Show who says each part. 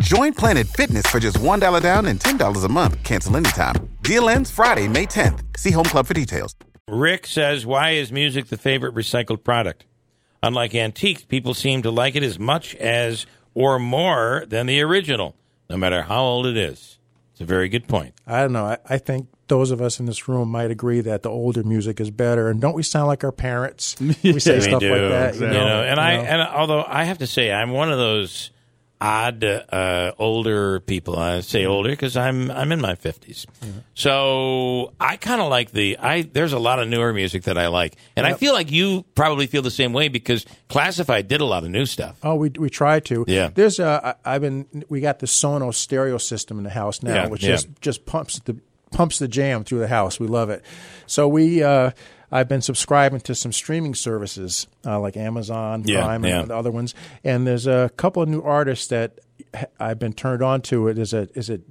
Speaker 1: Join Planet Fitness for just $1 down and $10 a month. Cancel anytime. Deal ends Friday, May 10th. See Home Club for details.
Speaker 2: Rick says, Why is music the favorite recycled product? Unlike antiques, people seem to like it as much as or more than the original, no matter how old it is. It's a very good point.
Speaker 3: I don't know. I, I think those of us in this room might agree that the older music is better. And don't we sound like our parents? We say stuff like that.
Speaker 2: You know, and I and although I have to say I'm one of those odd uh, older people. I say
Speaker 3: Mm-hmm.
Speaker 2: older because I'm I'm in my 50s. So I kind of like the I there's a lot of newer music that I like. And I feel like you probably feel the same way because Classified did a lot of new stuff.
Speaker 3: Oh, we we try to.
Speaker 2: Yeah.
Speaker 3: There's uh, I, I've been we got the Sonos stereo system in the house now,
Speaker 2: Yeah,
Speaker 3: which
Speaker 2: yeah.
Speaker 3: just just pumps the pumps the jam through the house. We love it. So we uh, I've been subscribing to some streaming services uh, like Amazon
Speaker 2: Yeah,
Speaker 3: Prime
Speaker 2: yeah.
Speaker 3: and the other ones, and there's a couple of new artists that h- I've been turned on to. It is a is it